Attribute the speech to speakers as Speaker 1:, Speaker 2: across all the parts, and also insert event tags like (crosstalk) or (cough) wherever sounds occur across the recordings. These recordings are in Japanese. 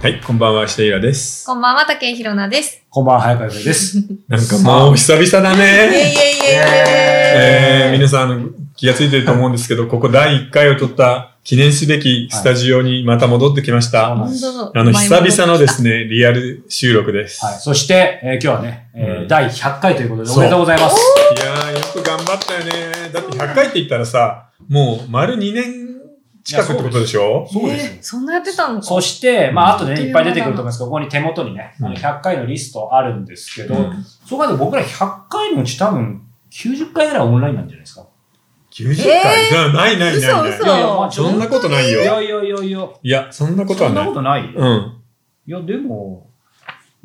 Speaker 1: はい、こんばんは、下平です。
Speaker 2: こんばんは、竹井ひろなです。
Speaker 3: こんばんは、早川由美です。
Speaker 1: なんかもう久々だ
Speaker 2: いえいえ
Speaker 1: ね。
Speaker 2: いえい
Speaker 1: え
Speaker 2: え。
Speaker 1: ー、皆さん気がついてると思うんですけど、ここ第1回を撮った記念すべきスタジオにまた戻ってきました。
Speaker 3: はい
Speaker 2: 本当だ
Speaker 1: あの、久々ので。すね、リアル収録です。
Speaker 3: はい。そして、えー今日はね、えー
Speaker 1: うん
Speaker 3: 第100回ということで、
Speaker 1: そう
Speaker 3: おめでとうございます。
Speaker 1: いやー、よく頑張ったよね。だって100回って言ったらさ、もう丸2年近くってことでしょ
Speaker 2: 前も戻ってきたえーそんなやってたの
Speaker 3: そして、まあ、あとで
Speaker 2: う
Speaker 3: ね、
Speaker 2: ん
Speaker 3: いっぱい出てくると思いますけど、ここに手元にね、あ
Speaker 1: うん
Speaker 3: の100回のリストあるんですけど、
Speaker 1: うん
Speaker 3: そう考えると僕ら100回のうち多分90回ぐらいはオンラインなんじゃないですか。
Speaker 1: 90回、
Speaker 2: え
Speaker 1: じゃあないないない
Speaker 2: 嘘
Speaker 1: ない
Speaker 2: 嘘。
Speaker 3: いやいやまあ
Speaker 1: そんなことない
Speaker 3: い
Speaker 1: よ。
Speaker 3: やいやいやいや。
Speaker 1: いや、そんなこと
Speaker 3: そ
Speaker 1: は
Speaker 3: ん
Speaker 1: な。
Speaker 3: ないことない。い
Speaker 1: うん。
Speaker 3: や、でも、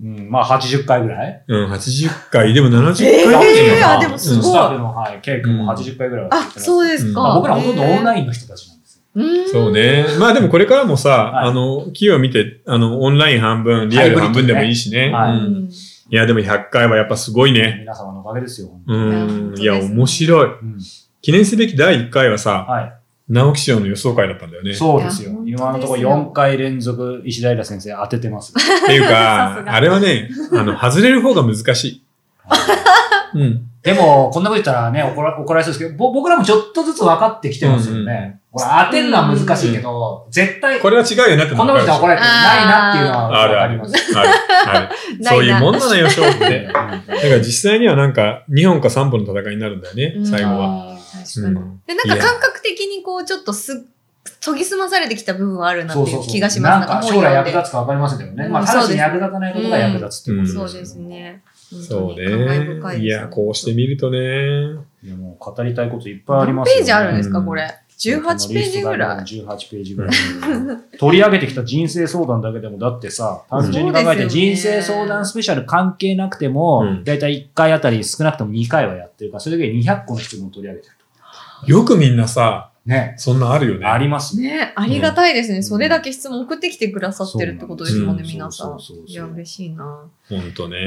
Speaker 3: うん、まあ80回ぐらい。
Speaker 1: うん、80回、でも70回
Speaker 2: えー
Speaker 3: やってるよな
Speaker 2: あでもす
Speaker 1: ごい
Speaker 3: スタッフの、はい、ケイ君も80回ぐらいはやっ
Speaker 2: あ
Speaker 3: てま、す
Speaker 2: そうです
Speaker 1: う
Speaker 2: か。
Speaker 3: まあ僕らほとんどオン
Speaker 2: イ
Speaker 3: ラインの人たちなんですよ。
Speaker 2: ン
Speaker 1: そう。ね。まあでもこれからもさ、
Speaker 3: はい
Speaker 1: あの、企業を見て、あの、オンライン半分、リアル半分でもいいしね。
Speaker 3: ハイ
Speaker 2: う
Speaker 3: ブ
Speaker 1: うん
Speaker 2: ん
Speaker 1: いや、でも100回はやっぱすごいね。
Speaker 3: 皆様のおかげですよ。本当
Speaker 1: う
Speaker 3: に
Speaker 1: ん。い
Speaker 2: いや
Speaker 1: や、
Speaker 2: 本当ですね
Speaker 1: 面白い。
Speaker 3: うん
Speaker 1: 記念すべき第1回はさ、
Speaker 3: はい。
Speaker 1: 直木賞の予想会だったんだよね。
Speaker 3: そうですよ
Speaker 2: いや。
Speaker 3: 今のとこ
Speaker 2: 本当で
Speaker 3: ろ
Speaker 2: すよ
Speaker 3: 4回連続石平先生当て
Speaker 2: (laughs)
Speaker 3: てます。
Speaker 1: って (laughs) いう
Speaker 2: さす
Speaker 1: か、
Speaker 2: が
Speaker 1: あれはね、あの、外れる方が難しい。うん。
Speaker 3: でも、こんなこと言ったらね、怒ら怒られそうですけど、ぼ僕らもちょっとずつ分かってきてますよね。これ当てるのは難しいけど、絶対、こ
Speaker 1: これは違うよなって
Speaker 3: んなこと言ったら怒られてもないなっていうのは
Speaker 1: ある
Speaker 3: わ
Speaker 1: あ
Speaker 3: かり
Speaker 1: る。あ
Speaker 3: ます。
Speaker 1: る。ある。そういうもん (laughs) なの予想 (laughs) って。だから実際にはなんか、2本か3本の戦いになるんだよね、最後は。
Speaker 2: は。確
Speaker 1: う
Speaker 2: かに。
Speaker 1: ん
Speaker 2: で、なんか感覚的にこう、ちょっとす、研ぎ澄まされてきた部分はあるなって
Speaker 3: そう
Speaker 2: い
Speaker 3: そう
Speaker 2: う
Speaker 3: そう。
Speaker 2: 気がします。
Speaker 3: なんか将来役立つか分かりませんけどね。まあ、
Speaker 2: うん
Speaker 3: 直
Speaker 2: そう
Speaker 3: ち
Speaker 2: です
Speaker 3: に役立たないことが役立つっていうこと
Speaker 1: うん
Speaker 2: そうです。ね。
Speaker 1: そう
Speaker 2: 本当に感慨
Speaker 1: ね
Speaker 2: 深。い
Speaker 1: い
Speaker 2: です
Speaker 1: や、こうしてみるとね。
Speaker 3: いや、もう語りたいこといっぱいあります
Speaker 2: 何ページあるんです
Speaker 1: う
Speaker 2: か、
Speaker 1: ん
Speaker 2: これ。18ページぐらい。
Speaker 3: 18ページぐらい。取り上げてきた人生相談だけでも、だって
Speaker 2: (laughs)
Speaker 3: さ、単純に考
Speaker 2: そう
Speaker 3: え
Speaker 2: ですよ
Speaker 3: て
Speaker 2: ね
Speaker 3: 人生相談スペシャル関係なくても、
Speaker 1: うん
Speaker 3: だいたい1回あたり少なくとも2回はやってるから、それだけで200個の質問を取り上げてると。
Speaker 1: よくみんなさ、
Speaker 3: ね。
Speaker 1: そんなあるよね。
Speaker 3: ありますね。
Speaker 2: ねありがたいですね。
Speaker 3: ん
Speaker 2: それだけ質問送ってきてくださってるってことですもんね、
Speaker 1: うん
Speaker 2: 皆さん
Speaker 3: そうそうそう。そう
Speaker 2: いや、嬉しいな。
Speaker 1: ほんとね。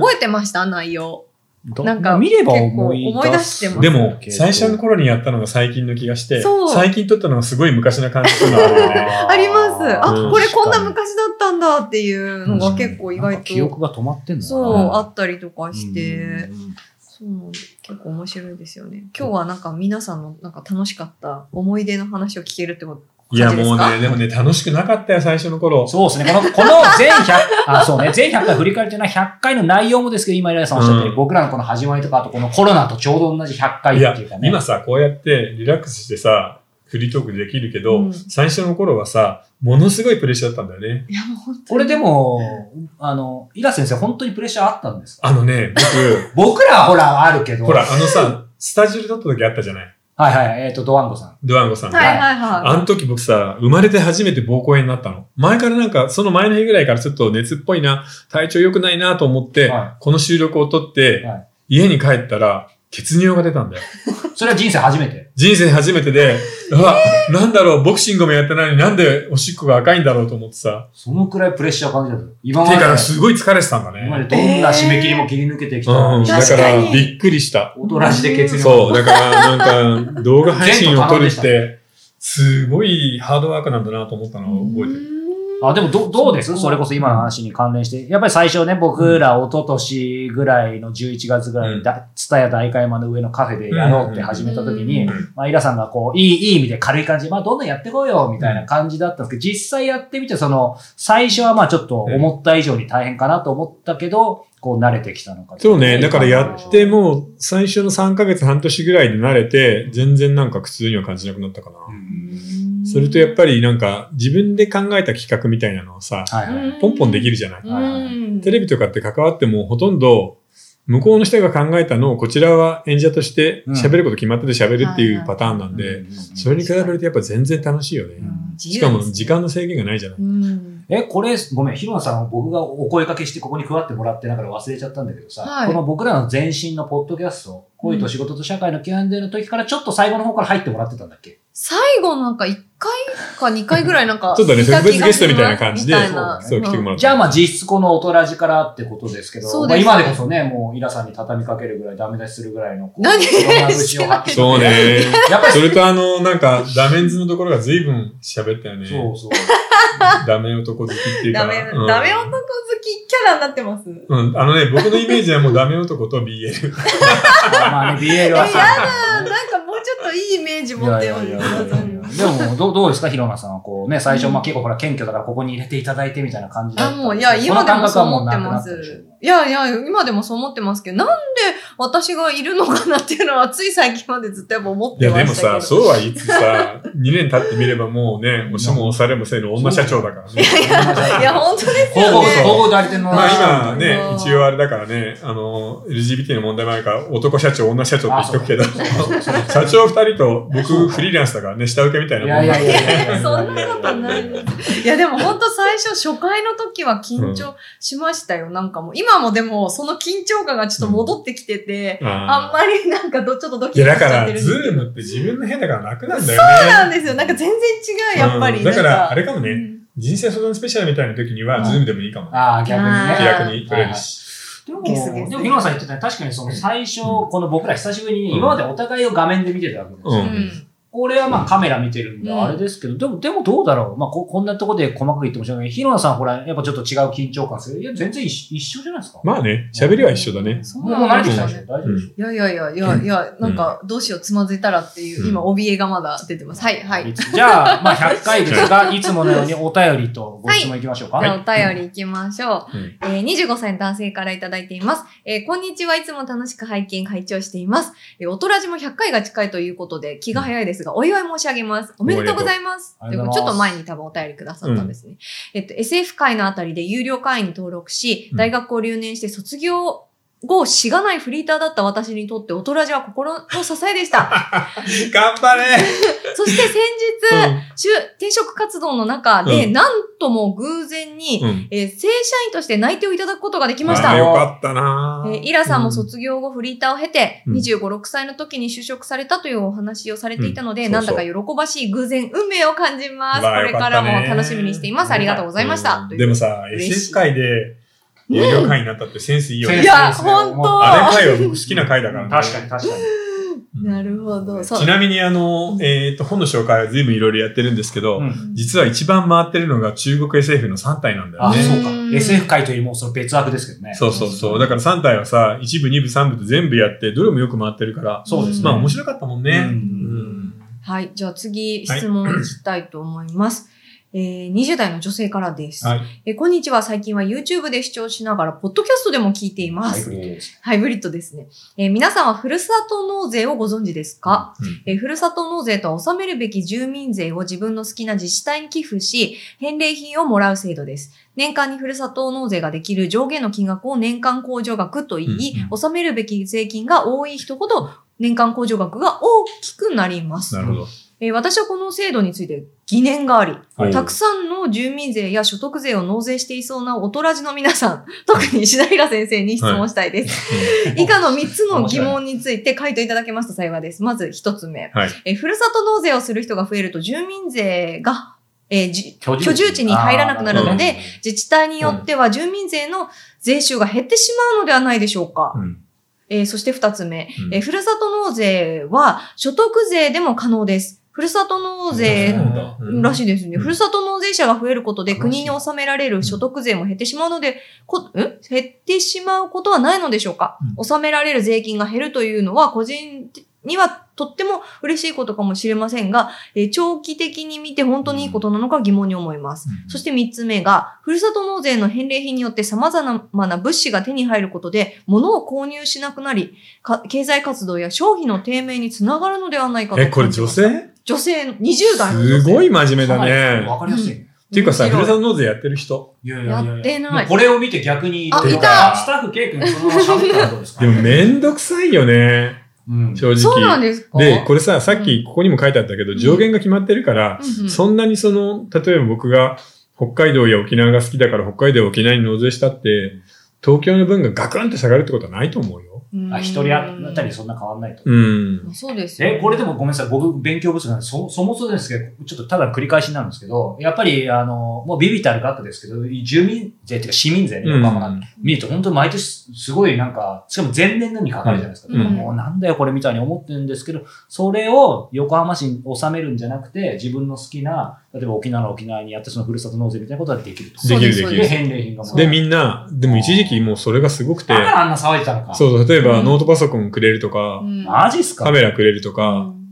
Speaker 2: 覚えてました内容。
Speaker 3: ど
Speaker 2: なんか
Speaker 3: 見れば思い出す
Speaker 2: 結構思い出してます
Speaker 1: でも、最初の頃にやったのが最近の気がして
Speaker 2: そう、
Speaker 1: 最近撮ったのがすごい昔な感じするのあるよね。
Speaker 2: あります。
Speaker 1: う
Speaker 2: あ
Speaker 1: ん、
Speaker 2: これこんな昔だったんだっていうのが結構意
Speaker 3: なん
Speaker 2: 外
Speaker 3: か記
Speaker 2: と。
Speaker 3: 憶が止まってんのかな
Speaker 2: そう、あったりとかし
Speaker 3: うん
Speaker 2: て。
Speaker 3: うんうん
Speaker 2: そう、結構面白いですよね。今日はなんか皆さんのなんか楽しかった思い出の話を聞けるってこと。
Speaker 1: (laughs) いや、
Speaker 2: 感じで
Speaker 1: も
Speaker 2: す
Speaker 1: う
Speaker 2: か
Speaker 1: ね、でもね、楽しくなかったよ、最初の頃。
Speaker 3: そうですね。この、この全100、あ、そうね。全100回振り返るというのは100回の内容もですけど、今、イライさんおっしゃったよう
Speaker 1: うん
Speaker 3: に、僕らのこの始まりとか、あとこのコロナとちょうど同じ100回
Speaker 1: いや
Speaker 3: っていうか、ね。
Speaker 1: 今さ、こうやってリラックスしてさ、フリートークできるけ
Speaker 2: う
Speaker 1: ど、
Speaker 2: ん
Speaker 1: 最初の頃はさ、ものすごいプレッシャーだったんだよね。
Speaker 2: いや、もう本当に。
Speaker 3: これでも、あの、イラ先生、本当にプレッシャーあったんですか
Speaker 1: あのね、 (laughs)
Speaker 3: 僕らはほら、あるけど。
Speaker 1: 僕、ほら、。あのさ、スタジオで撮った時あったじゃない
Speaker 3: はいはい、えっ、と、ドワンゴさん。
Speaker 1: ドワンゴさんが。
Speaker 2: はいはいはい。
Speaker 1: あの時僕さ、生まれて初めて膀胱炎になったの。前からなんか、その前の日ぐらいからちょっと熱っぽいな、体調良くないなと思って、
Speaker 3: は
Speaker 1: この収録を撮って、
Speaker 3: はい
Speaker 1: 家に帰ったら、血尿が出たんだよ。
Speaker 3: それは人生初めて。
Speaker 1: 人生初めてで、うわ、なんだろう、ボクシングもやってないのになんでおしっこが赤いんだろうと思ってさ。
Speaker 3: そのくらいプレッシャー感じたの今
Speaker 1: て
Speaker 3: まで
Speaker 1: いう、か、すごい疲れてたんだ
Speaker 3: 今まで
Speaker 1: ね。
Speaker 3: どんな締め切りも切り抜けてきたの
Speaker 1: うん、
Speaker 3: に。
Speaker 1: だか、
Speaker 2: 確からに
Speaker 1: びっくりした。
Speaker 3: おとらしで血流。
Speaker 1: そう、だから、なん
Speaker 3: (laughs)
Speaker 1: か、動画配信を撮るって、すごいハードワークなんだなと思ったのを覚えてる。
Speaker 3: あ、でもど、どうですそれこそ今の話に関連して。やっぱり最初ね、僕ら一昨年ぐらいの11月ぐらいにだ、ツタヤ大会山の上のカフェでやろうって始めた時に、
Speaker 1: うん
Speaker 3: まあ、イラさんがこう、いい、いい意味で軽い感じで、まあ、どんどんやってこうよ、みたいな感じだったんですけど、実際やってみて、その、最初はまあ、ちょっと思った以上に大変かなと思ったけど、こう、慣れてきたのか
Speaker 1: そうね。だからやって
Speaker 3: も、
Speaker 1: もう最初の3ヶ月半年ぐらいで慣れて、全然なんか苦痛には感じなくなったかな。
Speaker 3: うん
Speaker 1: それとやっぱ
Speaker 2: り、
Speaker 1: りなんか自分で考えた企画みたいなのをさ、
Speaker 3: はいはい。
Speaker 1: ポンポンできるじゃない。
Speaker 2: うん。
Speaker 1: テレビとかって関わってもほとんど向こうの人が考えたのをこちらは演者として喋ること決まってて喋るっていうパターンなんで、それに比べるとやっぱ全然楽しいよね。しかも時間の制限がないじゃない。
Speaker 2: うん。
Speaker 3: え、これ、ごめん、ヒロナさん、僕がお声かけしてここに加わってもらってながら忘れちゃったんだけどさ、
Speaker 2: はい
Speaker 3: この僕らの前身のポッドキャスト、恋と仕事と社会の基本での時からちょっと最後の方から入ってもらってたんだっけ
Speaker 2: 最後なんか1回か2回ぐらいなんか、
Speaker 1: (laughs) ちょっとね特別ゲストみたいな感じで
Speaker 2: 見た気がす
Speaker 1: そ
Speaker 2: る
Speaker 1: う
Speaker 2: みた
Speaker 1: 来
Speaker 2: いな
Speaker 1: てもらっ
Speaker 3: じゃあ
Speaker 1: た。
Speaker 3: まあ実質この大人じからってことですけど、
Speaker 2: そうですね
Speaker 3: まあ今でこそね、もうイラさんに畳みかけるぐらいダメ出しするぐらいの、こう
Speaker 2: 何
Speaker 3: いろんな口を発揮
Speaker 1: (laughs) そうね。
Speaker 3: やっぱ
Speaker 1: (laughs)
Speaker 3: り
Speaker 1: それとあの、なんか、ダメンズのところが随分喋ったよね。
Speaker 3: そうそう。
Speaker 1: ダメ男好きっていうか。
Speaker 2: ダメ、
Speaker 1: うん
Speaker 2: ダメ男好きキャラになってます。
Speaker 1: うん、あのね、僕のイメージはもうダメ男と
Speaker 3: (laughs)
Speaker 1: BL。
Speaker 3: まあね、BL
Speaker 2: え、
Speaker 3: は
Speaker 2: やだ
Speaker 3: さ。
Speaker 2: なんかもうちょっといいイメージ持ってよ。
Speaker 3: でも、どう、どうですか、ヒロナさんはこうね、最初、まあ結構ほら、謙虚だからここに入れていただいてみたいな感じだ
Speaker 2: あ、
Speaker 3: ったんですけど。
Speaker 2: もう、いや、今でもそう思ってま
Speaker 3: この感覚はもうなくなったでしょ
Speaker 2: す。いやいや、今でもそう思ってますけど、なんで私がいるのかなっていうのは、つい最近までずっとやっぱ思っ
Speaker 1: い
Speaker 2: て
Speaker 1: や、
Speaker 2: ま
Speaker 1: でも
Speaker 2: したけど。
Speaker 1: さ、そうは言いつつさ、2年経ってみればもうね、押しも押されもせぬ女社長だから
Speaker 3: (laughs)
Speaker 1: ね。
Speaker 2: いや、本当です
Speaker 3: ほ
Speaker 2: よ
Speaker 3: ぼ、
Speaker 2: ね。
Speaker 3: ほぼ代理店の。
Speaker 1: まあ今
Speaker 2: そう
Speaker 1: ね、一応あれだからね、あの、LGBT の問題もあるから、男社長、女社長って言っとくけ
Speaker 3: (laughs)
Speaker 1: ど、社長二人と僕フリーランスだからね、下請けみたい
Speaker 3: い
Speaker 1: なも
Speaker 3: や
Speaker 1: ん
Speaker 3: い
Speaker 1: だ
Speaker 3: やいやいや。
Speaker 2: そんなことないです。いや、でも本当最初、初回の時は緊張しましたよ。なんかもう、今もでも、その緊張感がちょっと戻ってきてて、あん
Speaker 1: あ
Speaker 2: まりなんかど、ちょっとド
Speaker 1: ーい
Speaker 2: キド
Speaker 1: や、
Speaker 2: キ
Speaker 1: だ
Speaker 2: しち
Speaker 1: か
Speaker 2: ゃ
Speaker 1: ら、
Speaker 2: ってるんです
Speaker 1: ズ
Speaker 2: け
Speaker 1: ー
Speaker 2: ど。
Speaker 1: ムって自分の部屋だから楽なんだよ
Speaker 2: そう
Speaker 1: ね。
Speaker 2: なんですよ。なんか全然違う、やっぱり。
Speaker 1: うんだか
Speaker 2: なん
Speaker 1: ら、あれかも
Speaker 2: う
Speaker 1: ね、
Speaker 2: ん
Speaker 1: 人生相談スペシャルみたいな時に
Speaker 3: うん
Speaker 1: は、ズームでもいいかもね。
Speaker 3: ああ、逆に
Speaker 2: あー
Speaker 1: 気
Speaker 3: ね。
Speaker 1: 楽に取れるし。
Speaker 3: でも、
Speaker 2: ゲスゲス
Speaker 3: でも、ヒロナさん言ってたね、確かにその最
Speaker 1: う
Speaker 3: 初、この僕ら久しぶり
Speaker 1: う
Speaker 3: に、
Speaker 1: ん
Speaker 3: 今までお互いを画面で見てたわけですよ。
Speaker 1: う
Speaker 2: うんん
Speaker 3: 俺はまあカメラ見てるんで、
Speaker 2: うん
Speaker 3: あれですけど、でも、でもどうだろう。まあこ、こんなとこで細かく言ってもしょうがないけど。ヒロナさんほら、やっぱちょっと違う緊張感する。いや、全然一緒一緒じゃないですか。
Speaker 1: まあね、喋りは一緒だね。
Speaker 2: そう
Speaker 3: もうもう慣
Speaker 2: な
Speaker 3: れ
Speaker 2: ん
Speaker 3: て
Speaker 2: です
Speaker 3: きた
Speaker 2: よ
Speaker 3: でしょ
Speaker 2: ね。
Speaker 3: 大丈夫でしょ、
Speaker 2: いやいやいやいやいや、なんか、どうしよう、つまずいたらっていう、今、
Speaker 1: う
Speaker 2: 怯えがまだ出てます。はい、はい。
Speaker 3: いつじゃあ、まあ100回ですが、いつものようにお便りとご質問いきましょうか。
Speaker 2: じゃあお便り行きましょう。
Speaker 1: うん
Speaker 2: えー25歳の男性からいただいています。えーこんにちはいつも楽しく拝見、拝聴しています。えー、おとらじも100回が近いということで、気が早いですが、お祝い申し上げます。おめでとうございます。
Speaker 3: おめでとう
Speaker 2: ということでちょっと前に多分お便りくださったんですね。えっと、SF 会のあたりで有料会員に登録し、
Speaker 1: うん
Speaker 2: 大学を留年して卒業後、しがないフリーターだった私にとって、おとらじは心の支えでした。
Speaker 1: 頑張れ
Speaker 2: そして先日、
Speaker 1: う
Speaker 2: 就転職活動の中で、
Speaker 1: う
Speaker 2: なんとも偶然に、
Speaker 1: んうん。
Speaker 2: えー正社員として内定をいただくことができまし
Speaker 1: あ
Speaker 2: た。
Speaker 1: ー
Speaker 2: え
Speaker 1: よかったな
Speaker 2: ーイラさんも卒業後フリーターを経て、
Speaker 1: うん
Speaker 2: 25、6歳の時に就職されたというお話をされていたので、
Speaker 1: うん
Speaker 2: なんだか喜ばしい偶然、運命を感じます。
Speaker 1: うわ
Speaker 2: こ
Speaker 1: ー
Speaker 2: れから
Speaker 1: よかっ
Speaker 2: も
Speaker 1: たね
Speaker 2: 楽しみにしています。ありがとうございました。
Speaker 1: うんでもさ、
Speaker 2: 嬉しい
Speaker 1: SF 界で、有料会員になったってセンスいいよ
Speaker 3: セン
Speaker 2: い
Speaker 3: ス
Speaker 1: ね。
Speaker 2: や、
Speaker 3: そうですね
Speaker 2: 本当
Speaker 1: あれ回は僕好きな回だからね。
Speaker 3: 確かに確かに。
Speaker 1: うん
Speaker 2: なるほど。そ
Speaker 1: ち
Speaker 2: う。
Speaker 1: なみにあの、えっと、本の紹介は随分いろいろやってるんですけど、
Speaker 3: うん
Speaker 1: 実は一番回ってるのが中国 SF の3体なんだよ
Speaker 3: あ、
Speaker 1: ね。
Speaker 3: そうか
Speaker 2: う。ん
Speaker 3: SF 界というよりもその別枠ですけどね。
Speaker 1: そうそうそう。だから3体はさ、1部、2部、3部と全部やって、どれもよく回ってるから、
Speaker 3: そうですね。
Speaker 1: まあ面白かったもんね。
Speaker 3: うん
Speaker 2: はい。じゃあ次、質問いきたいと思います。えー20代の女性からです、
Speaker 1: はい
Speaker 2: えーこんにちは。最近は YouTube で視聴しながら、ポッドキャストでも聞いていま
Speaker 3: ハイ
Speaker 2: す
Speaker 3: ブ。リッドです。
Speaker 2: ハイブリッドですね。えー皆さんはふるさと納税をご存知ですか、
Speaker 1: うん
Speaker 2: えーふるさと納税とは納めるべき住民税を自分の好きな自治体に寄付し、返礼品をもらう制度です。年間にふるさと納税ができる上限の金額を年間控除額と言い、
Speaker 1: うんうん
Speaker 2: 納めるべき税金が多い人ほど年間控除額が大きくなります
Speaker 1: な。るほど。
Speaker 2: えー私はこの制度について疑念があり、
Speaker 1: はい
Speaker 2: たくさんの住民税や所得税を納税していそうなおとらじの皆さん、 (laughs) 特に石平先生に質問したいです。以下の3つの疑問について回答いただけますと幸いです。まず1つ目、
Speaker 1: はい
Speaker 2: えーふるさと納税をする人が増えると住民税が、えーじ
Speaker 3: 居
Speaker 2: 居住地に入らなくなるので
Speaker 3: あー、
Speaker 2: 自治体によっては住民税の税収が減ってしまうのではないでしょうか。
Speaker 1: うん
Speaker 2: えーそして2つ目、
Speaker 1: うん
Speaker 2: えーふるさと納税は所得税でも可能です。ふるさと納税
Speaker 1: そうなんだうん
Speaker 2: らしいですね。
Speaker 1: うん
Speaker 2: ふるさと納税者が増えることで
Speaker 3: 悲しい
Speaker 2: 国に納められる所得税も減ってしまうので、こん減ってしまうことはないのでしょうか、
Speaker 1: うん
Speaker 2: 納められる税金が減るというのは個人にはとっても嬉しいことかもしれませんが、えー長期的に見て本当にいいことなのか疑問に思います。そして3つ目が、ふるさと納税の返礼品によって様々な物資が手に入ることで、物を購入しなくなり、か経済活動や消費の低迷につながるのではないかと
Speaker 1: え、これ女性
Speaker 2: 女性の、20代の女性。
Speaker 1: すごい真面目
Speaker 3: か
Speaker 1: だ
Speaker 3: なり
Speaker 1: ね。
Speaker 3: わかりやすいね。
Speaker 1: っていうかさ、
Speaker 2: 面
Speaker 1: ふる
Speaker 2: 白い
Speaker 1: さと納税やってる人。
Speaker 3: いやい
Speaker 2: やってない
Speaker 3: もうこれを見て逆に、
Speaker 2: あ
Speaker 1: いた
Speaker 3: スタッフ K 君そのまま喋ったらどうですか
Speaker 1: でもめんどくさいよね。
Speaker 3: うん
Speaker 1: 正直。
Speaker 2: そうなんですか
Speaker 1: で、これさ、さっ
Speaker 2: う
Speaker 1: きここにも書いてあったけど、
Speaker 2: ん
Speaker 1: 上限が決まってるから、
Speaker 2: うんうん
Speaker 1: そんなにその、例えば僕が北海道や沖縄が好きだから北海道や沖縄に納税したって、東京の分がガクンって下がるってことはないと思うよ。
Speaker 3: あ一人当たりそんな変わんないと。
Speaker 1: うん。
Speaker 2: そうですよね
Speaker 3: え、これでもごめんなさい、僕、勉強不足なんで、そ、そもそもですけど、ちょっとただ繰り返しになるんですけど、やっぱり、あの、もうビビたる額ですけど、住民税っていうか市民税ね、
Speaker 1: う
Speaker 3: 横浜なんて
Speaker 1: ん。
Speaker 3: 見ると本当毎年すごいなんか、しかも前年のにかかるじゃないですか。
Speaker 2: うん
Speaker 3: もうなんだよこれみたいに思ってるんですけど、それを横浜市に収めるんじゃなくて、自分の好きな、例えば沖縄の沖縄にやってそのふるさと納税みたいなことができると。
Speaker 1: できる
Speaker 2: そう
Speaker 1: でき
Speaker 3: で、
Speaker 1: る
Speaker 3: 返礼品がもらえ
Speaker 1: で、
Speaker 3: る。
Speaker 1: みんな、でも一時期もうそれがすごくて
Speaker 3: だ、からあんな騒いでたのか。
Speaker 1: そう、例えば
Speaker 2: うん
Speaker 1: ノートパソコンくれるとか、
Speaker 3: マジっすか
Speaker 1: カメラくれると
Speaker 2: う
Speaker 1: か、
Speaker 2: ん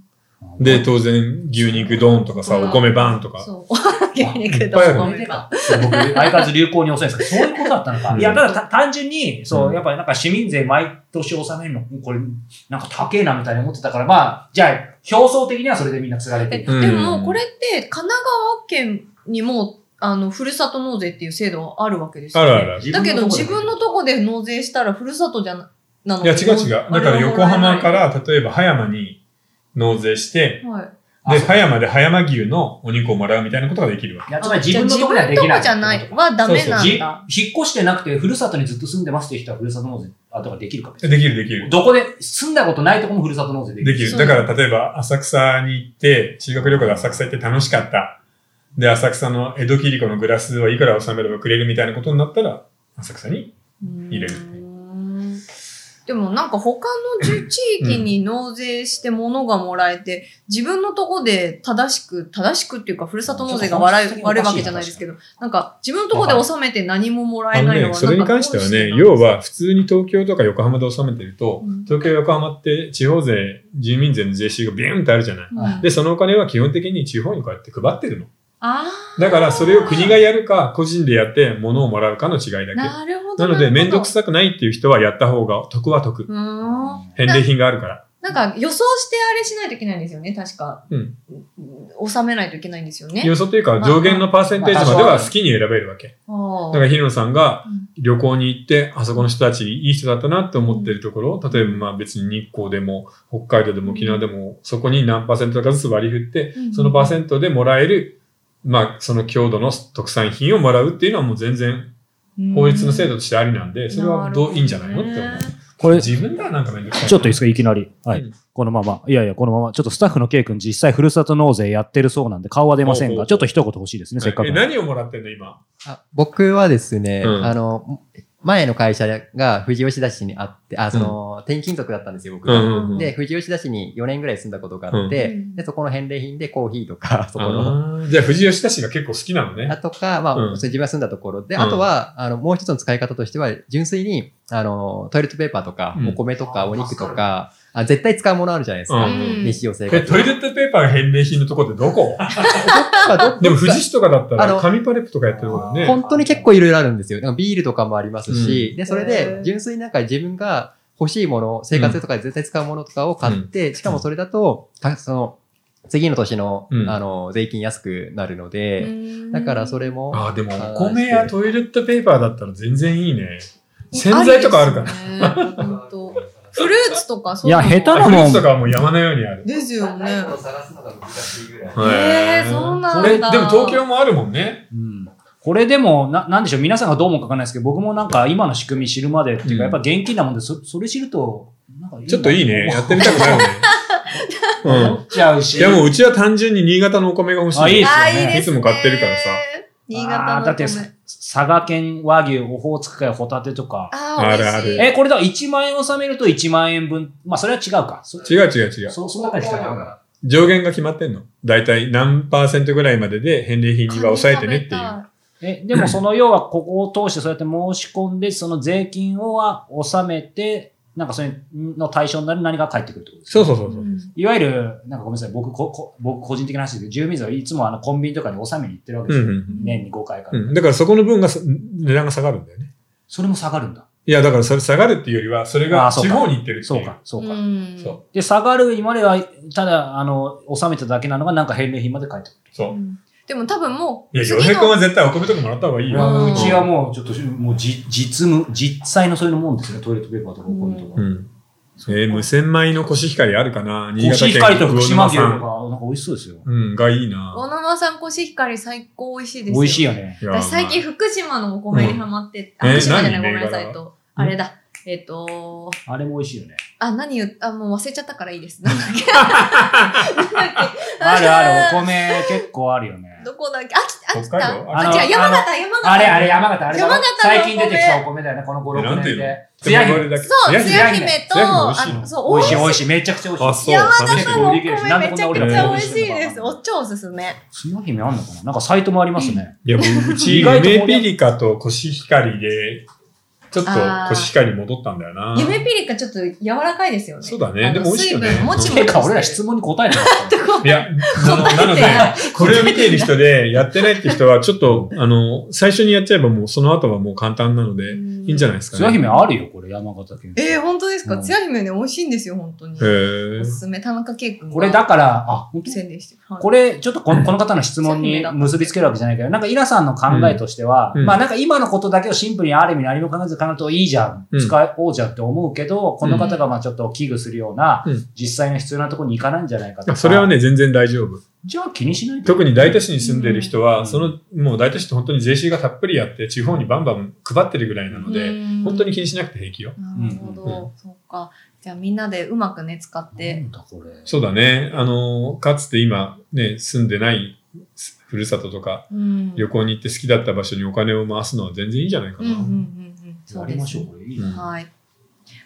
Speaker 1: で、、当然牛肉ドーンとかさ、
Speaker 2: うん
Speaker 1: お米バーンとか。
Speaker 2: そう。牛肉と
Speaker 1: いっぱいある
Speaker 2: お
Speaker 3: それ
Speaker 2: 米
Speaker 3: で
Speaker 2: が
Speaker 3: か。そう僕、相変わらず流行に遅いんですけど、そういうことだったのか。
Speaker 1: うん
Speaker 3: いや、ただた単純に、そうう、
Speaker 1: ん
Speaker 3: やっぱりなんか市民税毎年納めるの、これ、なんか高えなみたいに思ってたから、まあ、じゃあ、表層的にはそれでみんな継がれて
Speaker 2: え
Speaker 3: いく
Speaker 2: でももうこれって神奈川県にもあのふるさと納税っていう制度はあるわけです
Speaker 1: あ
Speaker 2: よ、ね。
Speaker 1: るあるある。
Speaker 2: だけど自分
Speaker 3: の
Speaker 2: のとこで納税したらふるさとじゃななの
Speaker 1: いや、違う違う。だから横浜か、
Speaker 2: あ
Speaker 1: ら、例えば葉山に納税して、
Speaker 2: れはもらえないはい、
Speaker 3: あ
Speaker 1: で、
Speaker 3: そう
Speaker 1: 葉山で葉山牛のお肉をもらうみたいなことができるわ
Speaker 3: いや、つまり自分のところにはできない。
Speaker 2: じゃあ自分のとこじゃないはダメ
Speaker 1: そう
Speaker 2: な
Speaker 1: そ
Speaker 2: ん
Speaker 3: じ
Speaker 2: だ。
Speaker 3: 引っ越してなくて、ふるさとにずっと住んでますっていう人はふるさと納税、あ、とかできるかもし
Speaker 1: け。
Speaker 3: れ
Speaker 1: で
Speaker 3: な
Speaker 1: きるできる
Speaker 3: い。。どこで、住んだことないとこもふるさと納税でき
Speaker 1: で
Speaker 3: る。
Speaker 1: き
Speaker 2: そ
Speaker 1: る。
Speaker 2: う
Speaker 1: だから、例えば、浅草に行って、修学旅行で浅草行って楽しかった。で、浅草の江戸切子のグラスはいくら収めればくれるみたいなことになったら、浅草に。入れる
Speaker 2: うんでもなんか他のじゅ地域に納税して物がもらえて、自分のとこで正しく、正しくっていうか、ふるさと納税が悪
Speaker 3: ちょ
Speaker 2: い
Speaker 3: っと本質的におかし
Speaker 2: 悪
Speaker 3: い
Speaker 2: いわけじゃないですけど、なんか自分のとこで納めて何ももらえ
Speaker 1: の
Speaker 2: ないのは
Speaker 1: ね、それに関してはね、
Speaker 2: 要
Speaker 1: 要は普通に東京とか横浜で納めてると
Speaker 2: うん、
Speaker 1: 東京横浜って地方税、住民税の税収がビューンってあるじゃない。
Speaker 2: うん、
Speaker 1: で、そのお金は基本的に地方にこうやって配ってるの。
Speaker 2: あー
Speaker 1: だから、それを国がやるか、個人でやって物をもらうかの違いだけ。
Speaker 2: なるほど。
Speaker 1: なので、めんどく
Speaker 2: さ
Speaker 1: さくないっていう人はやった方が得は得。
Speaker 2: うーん。
Speaker 1: 返礼品があるから。
Speaker 2: なんか予想してあれしないといけないんですよね、確か。
Speaker 1: うん
Speaker 2: 納めないといけないんですよね。
Speaker 1: 要素というか上限のパーセンテージまでは好きに選べるわけ。
Speaker 2: あー
Speaker 1: だから、ヒロさんが
Speaker 2: うん
Speaker 1: 旅行に行って、あそこの人たちいい人だったなって思ってるところ、例えばまあ別に日光でも北海道でも沖縄でも、そこに何パーセントかずつ割り振って
Speaker 2: う、ん
Speaker 1: そのパーセントでもらえる、まあその郷土の特産品をもらうっていうのはもう全然法律の制度としてありなんで、それはどういいんじゃないのって思う。
Speaker 3: こ
Speaker 1: 自分ではなんかめんどくさいな。
Speaker 3: ちょっといいですか、いきなり。はい。
Speaker 1: うん
Speaker 3: このまま。いやいや、このまま。ちょっとスタッフの K 君、実際ふるさと納税やってるそうなんで、顔は出ません
Speaker 1: ほうほ
Speaker 3: が、
Speaker 1: う
Speaker 3: ちょっと一言欲しいですね、せっかく
Speaker 1: え、
Speaker 3: なんで。
Speaker 1: 何をもらってんの今。
Speaker 4: あ僕はですね、
Speaker 1: うん
Speaker 4: あの、前の会社が富士吉田市にあって、あ、その、転勤族だったんですよ、僕
Speaker 1: う
Speaker 4: が。
Speaker 1: んうんうん。
Speaker 4: で、富士吉田市に4年ぐらい住んだことがあって、
Speaker 2: うん
Speaker 4: で、そこの返礼品でコーヒーとか、そこの、
Speaker 1: あーじゃあ、富士吉田市が結構好きなのね
Speaker 4: あ。とか、まあ、
Speaker 1: うん
Speaker 4: そう自分が住んだところで、
Speaker 1: うん
Speaker 4: あとは、あの、もう一つの使い方としては、純粋に、あの、トイレットペーパーとか
Speaker 1: う、ん
Speaker 4: お米とか、
Speaker 3: あ
Speaker 4: お肉とか、あ、絶対使うものあるじゃないです
Speaker 1: う
Speaker 4: か。
Speaker 1: ん
Speaker 4: 日常生
Speaker 1: え、
Speaker 4: 活。
Speaker 1: トイレットペーパー返礼品のとこってどこ
Speaker 4: まあどっか
Speaker 1: でも富士市とかだった
Speaker 4: あ
Speaker 1: ら
Speaker 4: の
Speaker 1: 紙パレップとかやってるからね。
Speaker 4: 本当に結構いろいろあるんですよ。なんかビールとかもありますし、で、それで、純粋になんか自分が欲しいもの、生活とかで絶対使うものとかを買って、しかもそれだと、たその、次の年の、
Speaker 1: うん
Speaker 4: あの、税金安くなるので、だからそれも、
Speaker 1: ああ、でも
Speaker 4: あー
Speaker 1: お米やトイレットペーパーだったら全然いいね。洗
Speaker 2: 洗
Speaker 1: 剤とかあるから。
Speaker 2: ら。本当フルーツとかそう
Speaker 3: いや、下手
Speaker 1: あ
Speaker 3: な
Speaker 1: フル
Speaker 3: も
Speaker 1: ー
Speaker 3: ん
Speaker 1: ツと。かはもう山のようにある。
Speaker 2: ですよね。
Speaker 4: 探すのが難しいぐら
Speaker 2: へ
Speaker 4: い
Speaker 2: ー
Speaker 1: へ
Speaker 2: そうな
Speaker 1: こ
Speaker 2: んだ
Speaker 1: れでも東京もあるもんね。
Speaker 3: うんこれでも、な、なんでしょう、皆さんがどう思うかわかんないですけど、僕もなんか今の仕組み知るまでっていう
Speaker 1: うん
Speaker 3: か、やっぱ現金なもんで、そそれ知ると、なんかな
Speaker 1: ちょっといいね。やってみたくなるね。
Speaker 3: 思
Speaker 1: う。
Speaker 3: っちゃうんし。
Speaker 1: いやもううちは単純に新潟のお米が欲しい。
Speaker 3: あいいっす
Speaker 2: あー
Speaker 3: ね
Speaker 2: いいですね。
Speaker 1: いつも買ってるからさ。
Speaker 2: 新
Speaker 3: あ
Speaker 2: 潟
Speaker 3: ー
Speaker 2: の
Speaker 3: だ
Speaker 2: お
Speaker 3: って
Speaker 2: 米。
Speaker 3: さ、佐賀県和牛、オホーツク海ホタテとか。
Speaker 2: あ
Speaker 1: あ
Speaker 2: あ
Speaker 1: るある
Speaker 3: え、これだ、1万円納めると1万円分。まあ、それは違うか。そ
Speaker 1: 違う違う違う。
Speaker 3: そ、そんな感じだから。
Speaker 1: 上限が決まってんの。だいたい何パーセントぐらいまでで返礼品には抑えてねっていう。
Speaker 3: え、でもその要はここを通してそうやって申し込んで、その税金をは納めて、なんかそれの対象になる何かが返ってくるってことですか
Speaker 1: そうそうそうそう。
Speaker 3: いわゆる、なんかごめんなさい、僕、ここ僕個人的な話ですけど、住民税はいつもあのコンビニとかに納めに行ってるわけ
Speaker 1: う
Speaker 3: ですよ。
Speaker 1: ん
Speaker 3: 年に5回か
Speaker 1: う
Speaker 3: ら、
Speaker 1: ん。うん。だからそこの分がさ、値段が下がるんだよね。
Speaker 3: それも下がるんだ。
Speaker 1: いや、だからそれ下がるっていうよりは、それ
Speaker 3: あ
Speaker 1: が
Speaker 3: あそう
Speaker 1: 地
Speaker 3: か
Speaker 1: 方に行ってるっていう。
Speaker 3: そうか、そうか。
Speaker 2: ん
Speaker 1: そ
Speaker 3: で、下がるまでは、ただ、あの、納めただけなのが、なんか返礼品まで返ってくる。
Speaker 1: そうう。
Speaker 2: んでも多分も、
Speaker 1: いうや、
Speaker 2: 次
Speaker 1: 洋平
Speaker 2: の
Speaker 1: 君は絶対お米とかもらった方がいい
Speaker 3: い
Speaker 1: よ。
Speaker 3: や
Speaker 2: うん
Speaker 3: うちはもう、ちょっと、もう、じ、実務、実際のそういうのもんですね。トイレットペーパーとかお米とか。
Speaker 1: うん。えー、無線米のコシヒカリあるかな新潟
Speaker 3: コシ
Speaker 1: 県
Speaker 3: ヒカリと福島牛と
Speaker 1: 魚
Speaker 3: か、な
Speaker 1: 沼
Speaker 3: ん
Speaker 1: 産
Speaker 3: か美味しそうですよ。
Speaker 1: うん、がいい
Speaker 2: 小
Speaker 1: な。
Speaker 2: 沼さんコシヒカリ最高美味しいです
Speaker 3: 美
Speaker 2: よ。
Speaker 3: 味しいよね。
Speaker 1: いや
Speaker 2: 私最近、福島のお米にハマって、
Speaker 1: うんえ
Speaker 2: あ福島じゃない、
Speaker 1: 何
Speaker 2: ごめんなさい
Speaker 1: 銘柄
Speaker 2: と。あれだ。えっ、と、
Speaker 3: あれも美味しいよね。
Speaker 2: あ、何言っあ、もう忘れちゃったからい
Speaker 1: (laughs)
Speaker 2: いです。なんだっけなんだっけ
Speaker 3: あるある、お米結構あるよね。
Speaker 2: どこだっけ秋
Speaker 1: 北
Speaker 2: 田
Speaker 1: 海
Speaker 2: 秋
Speaker 1: 道
Speaker 3: あの
Speaker 2: 田あ、違う、山形、山形。
Speaker 3: あれあれ、山形、あれだろ
Speaker 2: 山形のお米
Speaker 3: 最近出てきたお米だよね、この5、6
Speaker 1: なんてい
Speaker 3: 年
Speaker 1: うの
Speaker 3: で。つや姫。
Speaker 2: そう、つや姫と、
Speaker 1: つや姫美味しいの
Speaker 2: あそう、
Speaker 3: 美味しい美
Speaker 2: 美味
Speaker 3: 味
Speaker 2: し
Speaker 3: しい、めちゃくちゃ美
Speaker 1: あ、
Speaker 3: 味しい。
Speaker 1: そう。
Speaker 2: 山
Speaker 1: 楽し
Speaker 2: 形
Speaker 1: み
Speaker 2: のお
Speaker 3: 美味しい
Speaker 2: 米めちゃくちゃ美味しいです。おっちょおすすめ。
Speaker 3: つや姫あんのかななんかサイトもありますね。
Speaker 1: いや、
Speaker 3: (laughs)
Speaker 1: 僕うち、
Speaker 3: 意外と盛り上が
Speaker 1: 夢ピリカとコシヒカリで、ちょっと
Speaker 2: あー
Speaker 1: コシヒカリ戻ったんだよな。
Speaker 2: 夢ピリカちょっと柔らかいですよね。
Speaker 1: そうだね
Speaker 2: あの
Speaker 1: でも美味しいよね
Speaker 2: 水分もちも
Speaker 3: て
Speaker 2: ち。
Speaker 3: か、俺ら質問に答えてなかったね。
Speaker 1: いや、なのなので、 (laughs) これを見ている人でやってないって人は、ちょっと、あの、最初にやっちゃえばもうその後はもう簡単なので、いいんじゃないですか
Speaker 3: つや
Speaker 1: ね。
Speaker 3: 姫あるよ、これ、山形県。
Speaker 2: えー、本当ですか
Speaker 3: うん
Speaker 2: つや姫ね、美味しいんですよ、本当に。
Speaker 1: へ
Speaker 2: お
Speaker 1: ー
Speaker 2: すすめ、田中圭君が
Speaker 3: これだから、あ、本当
Speaker 2: 宣伝してる。はい
Speaker 3: これ、ちょっとこのこの方の質問に結びつけるわけじゃないけど、なんかイラさんの考えとしては、
Speaker 1: うん
Speaker 3: まあなんか今のことだけをシンプルにある意味何も考えず考えるといいじゃん、
Speaker 1: うん
Speaker 3: 使おうじゃんって思うけど、この方がまあちょっと危惧するような、
Speaker 1: うん
Speaker 3: 実際の必要なところに行かないんじゃないかと
Speaker 1: あ
Speaker 3: か。
Speaker 1: それはね、全然大丈夫。
Speaker 3: じゃあ気にしないと。
Speaker 1: 特に大都市に住んでる人は、
Speaker 3: うん
Speaker 1: その、もう大都市って本当に税収がたっぷりあって、地方にバンバン配ってるぐらいなので、
Speaker 2: うん
Speaker 1: 本当に気にしなくて平気よ。
Speaker 2: なるほど、
Speaker 1: うんうんう
Speaker 2: そうか。じゃあみんなでうまくね、使って。
Speaker 3: なんだこれ。
Speaker 1: そうだね。あの、かつて今、ね、住んでないふるさととか、
Speaker 2: うん。
Speaker 1: 旅行に行って好きだった場所にお金を回すのは全然いいんじゃないか
Speaker 2: うん
Speaker 1: な。
Speaker 2: うんうんうん。そ
Speaker 3: や
Speaker 2: う
Speaker 3: り
Speaker 2: で
Speaker 3: ますしょう、
Speaker 2: ね。
Speaker 3: これ。いいな。
Speaker 1: うん
Speaker 2: はい。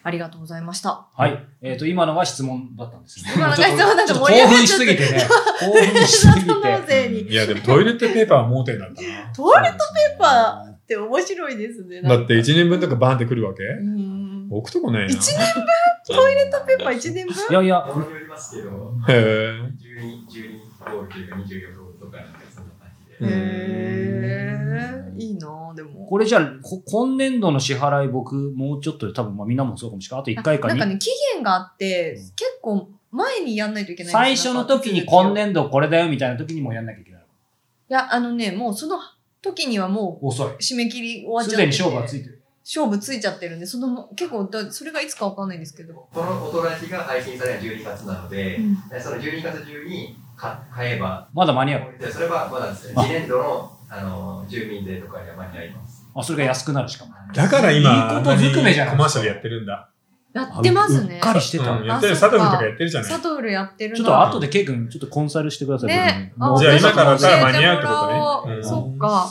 Speaker 2: ありがとうございました。
Speaker 3: はい。えっ、と、今のが質問だったんですね。
Speaker 2: 今のが質問だった
Speaker 3: ちょっと興奮しすぎてね。興奮しすぎて。
Speaker 2: (laughs) ふるさと納税に。
Speaker 1: いや、でもトイレットペーパーは盲点だったな。
Speaker 2: トイレっ
Speaker 3: ペ
Speaker 2: ーパて面白いですね。
Speaker 1: だって1年分とかバーンってくるわけ
Speaker 2: うん。
Speaker 1: 置くとこないな。
Speaker 2: 一年
Speaker 3: トイレット
Speaker 2: ペーパー一年分
Speaker 3: いやいや、
Speaker 5: ものによりますけど、
Speaker 1: へえ。
Speaker 5: 12、12ゴールというか24ゴールとかなんかそんな感じで。
Speaker 1: うん
Speaker 2: へえ、いいなぁでも。
Speaker 3: これじゃあ、こ今年度の支払い僕、もうちょっとで多分、まあみんなもそうかもしれない。あと1回か
Speaker 2: なんか
Speaker 3: に。
Speaker 2: ね、期限があって、結構前にやんないといけないん
Speaker 3: 最
Speaker 2: です
Speaker 3: 初
Speaker 2: よ
Speaker 3: の時に今。年度これだよみたいな時にもやんなきゃいけない。
Speaker 2: いや、あのね、もうその時にはも
Speaker 3: 遅い。
Speaker 2: う締め切り終わっちゃ
Speaker 3: す
Speaker 2: って
Speaker 3: で
Speaker 2: て。
Speaker 3: に勝負はついてる。
Speaker 2: 勝負ついちゃってるんで、その、結構だ、それがいつかわかんないんですけど。
Speaker 5: この音ラジが配信されるのは12月なので、でその12月中に買買えば、
Speaker 3: まだ間に合う。
Speaker 5: でそれはまだですね、
Speaker 3: あ
Speaker 5: 次年度のあの住民税とかには間に合います。
Speaker 3: あ、それが安くなるしかも。
Speaker 1: だから今、
Speaker 3: いいことずくめじゃないですか
Speaker 1: コマーシャルやってるんだ。
Speaker 2: やってますね
Speaker 3: うっ。かりしてた。
Speaker 1: うん、やってる。
Speaker 2: あ
Speaker 1: サ
Speaker 2: そ
Speaker 1: ト
Speaker 2: っか
Speaker 1: ルとかやってるじゃない
Speaker 2: サトウルやってるな。
Speaker 3: ちょっと後でケイ君、ちょっとコンサルしてください。
Speaker 2: ね
Speaker 3: 僕にもう
Speaker 1: じゃあ今から
Speaker 2: 教え
Speaker 1: さ
Speaker 2: ても
Speaker 1: 間に合うって
Speaker 2: ら
Speaker 1: こと
Speaker 2: お
Speaker 1: ね
Speaker 2: う
Speaker 1: うん
Speaker 2: そっか。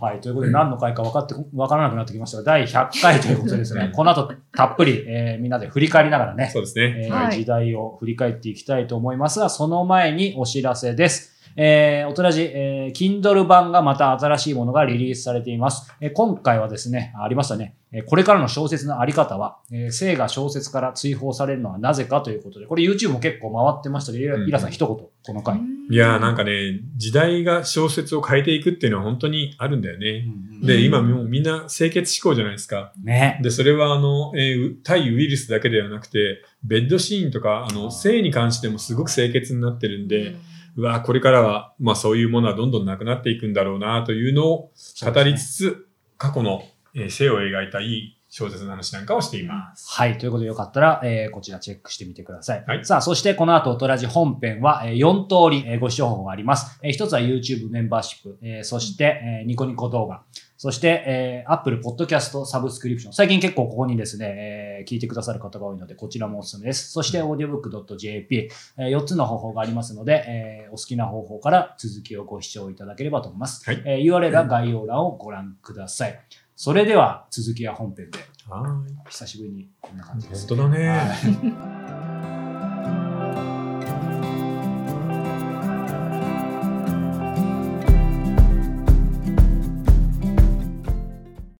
Speaker 3: はい。ということで、何の回か分かって、分からなくなってきましたが、第100回ということですね。この後、たっぷり、えーみんなで振り返りながらね、
Speaker 1: そうですね。
Speaker 3: えー
Speaker 2: はい
Speaker 3: 時代を振り返っていきたいと思いますが、その前にお知らせです。えー、おとらじ、えー Kindle 版がまた新しいものがリリースされています。えー今回はですね、あありましたね。えーこれからの小説のあり方は、えー性が小説から追放されるのはなぜかということで、これ YouTube も結構回ってましたけど、
Speaker 1: うん
Speaker 3: イラさん一言、この回。
Speaker 1: いやーなんか
Speaker 2: か。
Speaker 1: ね、時代が小説を変えていくっていうのは本当にあるんだよね。
Speaker 2: う
Speaker 1: で、
Speaker 2: ん
Speaker 1: 今もうみんな清潔志向じゃないですか。
Speaker 3: ね。
Speaker 1: で、それはあの、えーう対ウイルスだけではなくて、ベッドシーンとか、あの、性に関してもすごく清潔になってるんで、うわーこれからは、まあそういうものはどんどんなくなっていくんだろうなというのを語りつつ、過去の、えー性を描いたいい小説の話なんかをしています。
Speaker 3: はい。ということでよかったら、えーこちらチェックしてみてください。
Speaker 1: はい
Speaker 3: さあ、そしてこの後、トラジ本編は、えー4通り、えーご視聴方法があります。えー一つは YouTube メンバーシップ、えーそして、えーニコニコ動画、そして、えー Apple Podcast サブスクリプション。最近結構ここにですね、えー聞いてくださる方が多いので、こちらもおすすめです。そして、audiobook.jp、え4つの方法がありますので、えーお好きな方法から続きをご視聴いただければと思います。
Speaker 1: はい
Speaker 3: えー URL は概要欄をご覧ください。それでは、続きは本編で。
Speaker 1: はーい。
Speaker 3: 久しぶりにこんな感じです。
Speaker 1: 本当だね。
Speaker 3: はい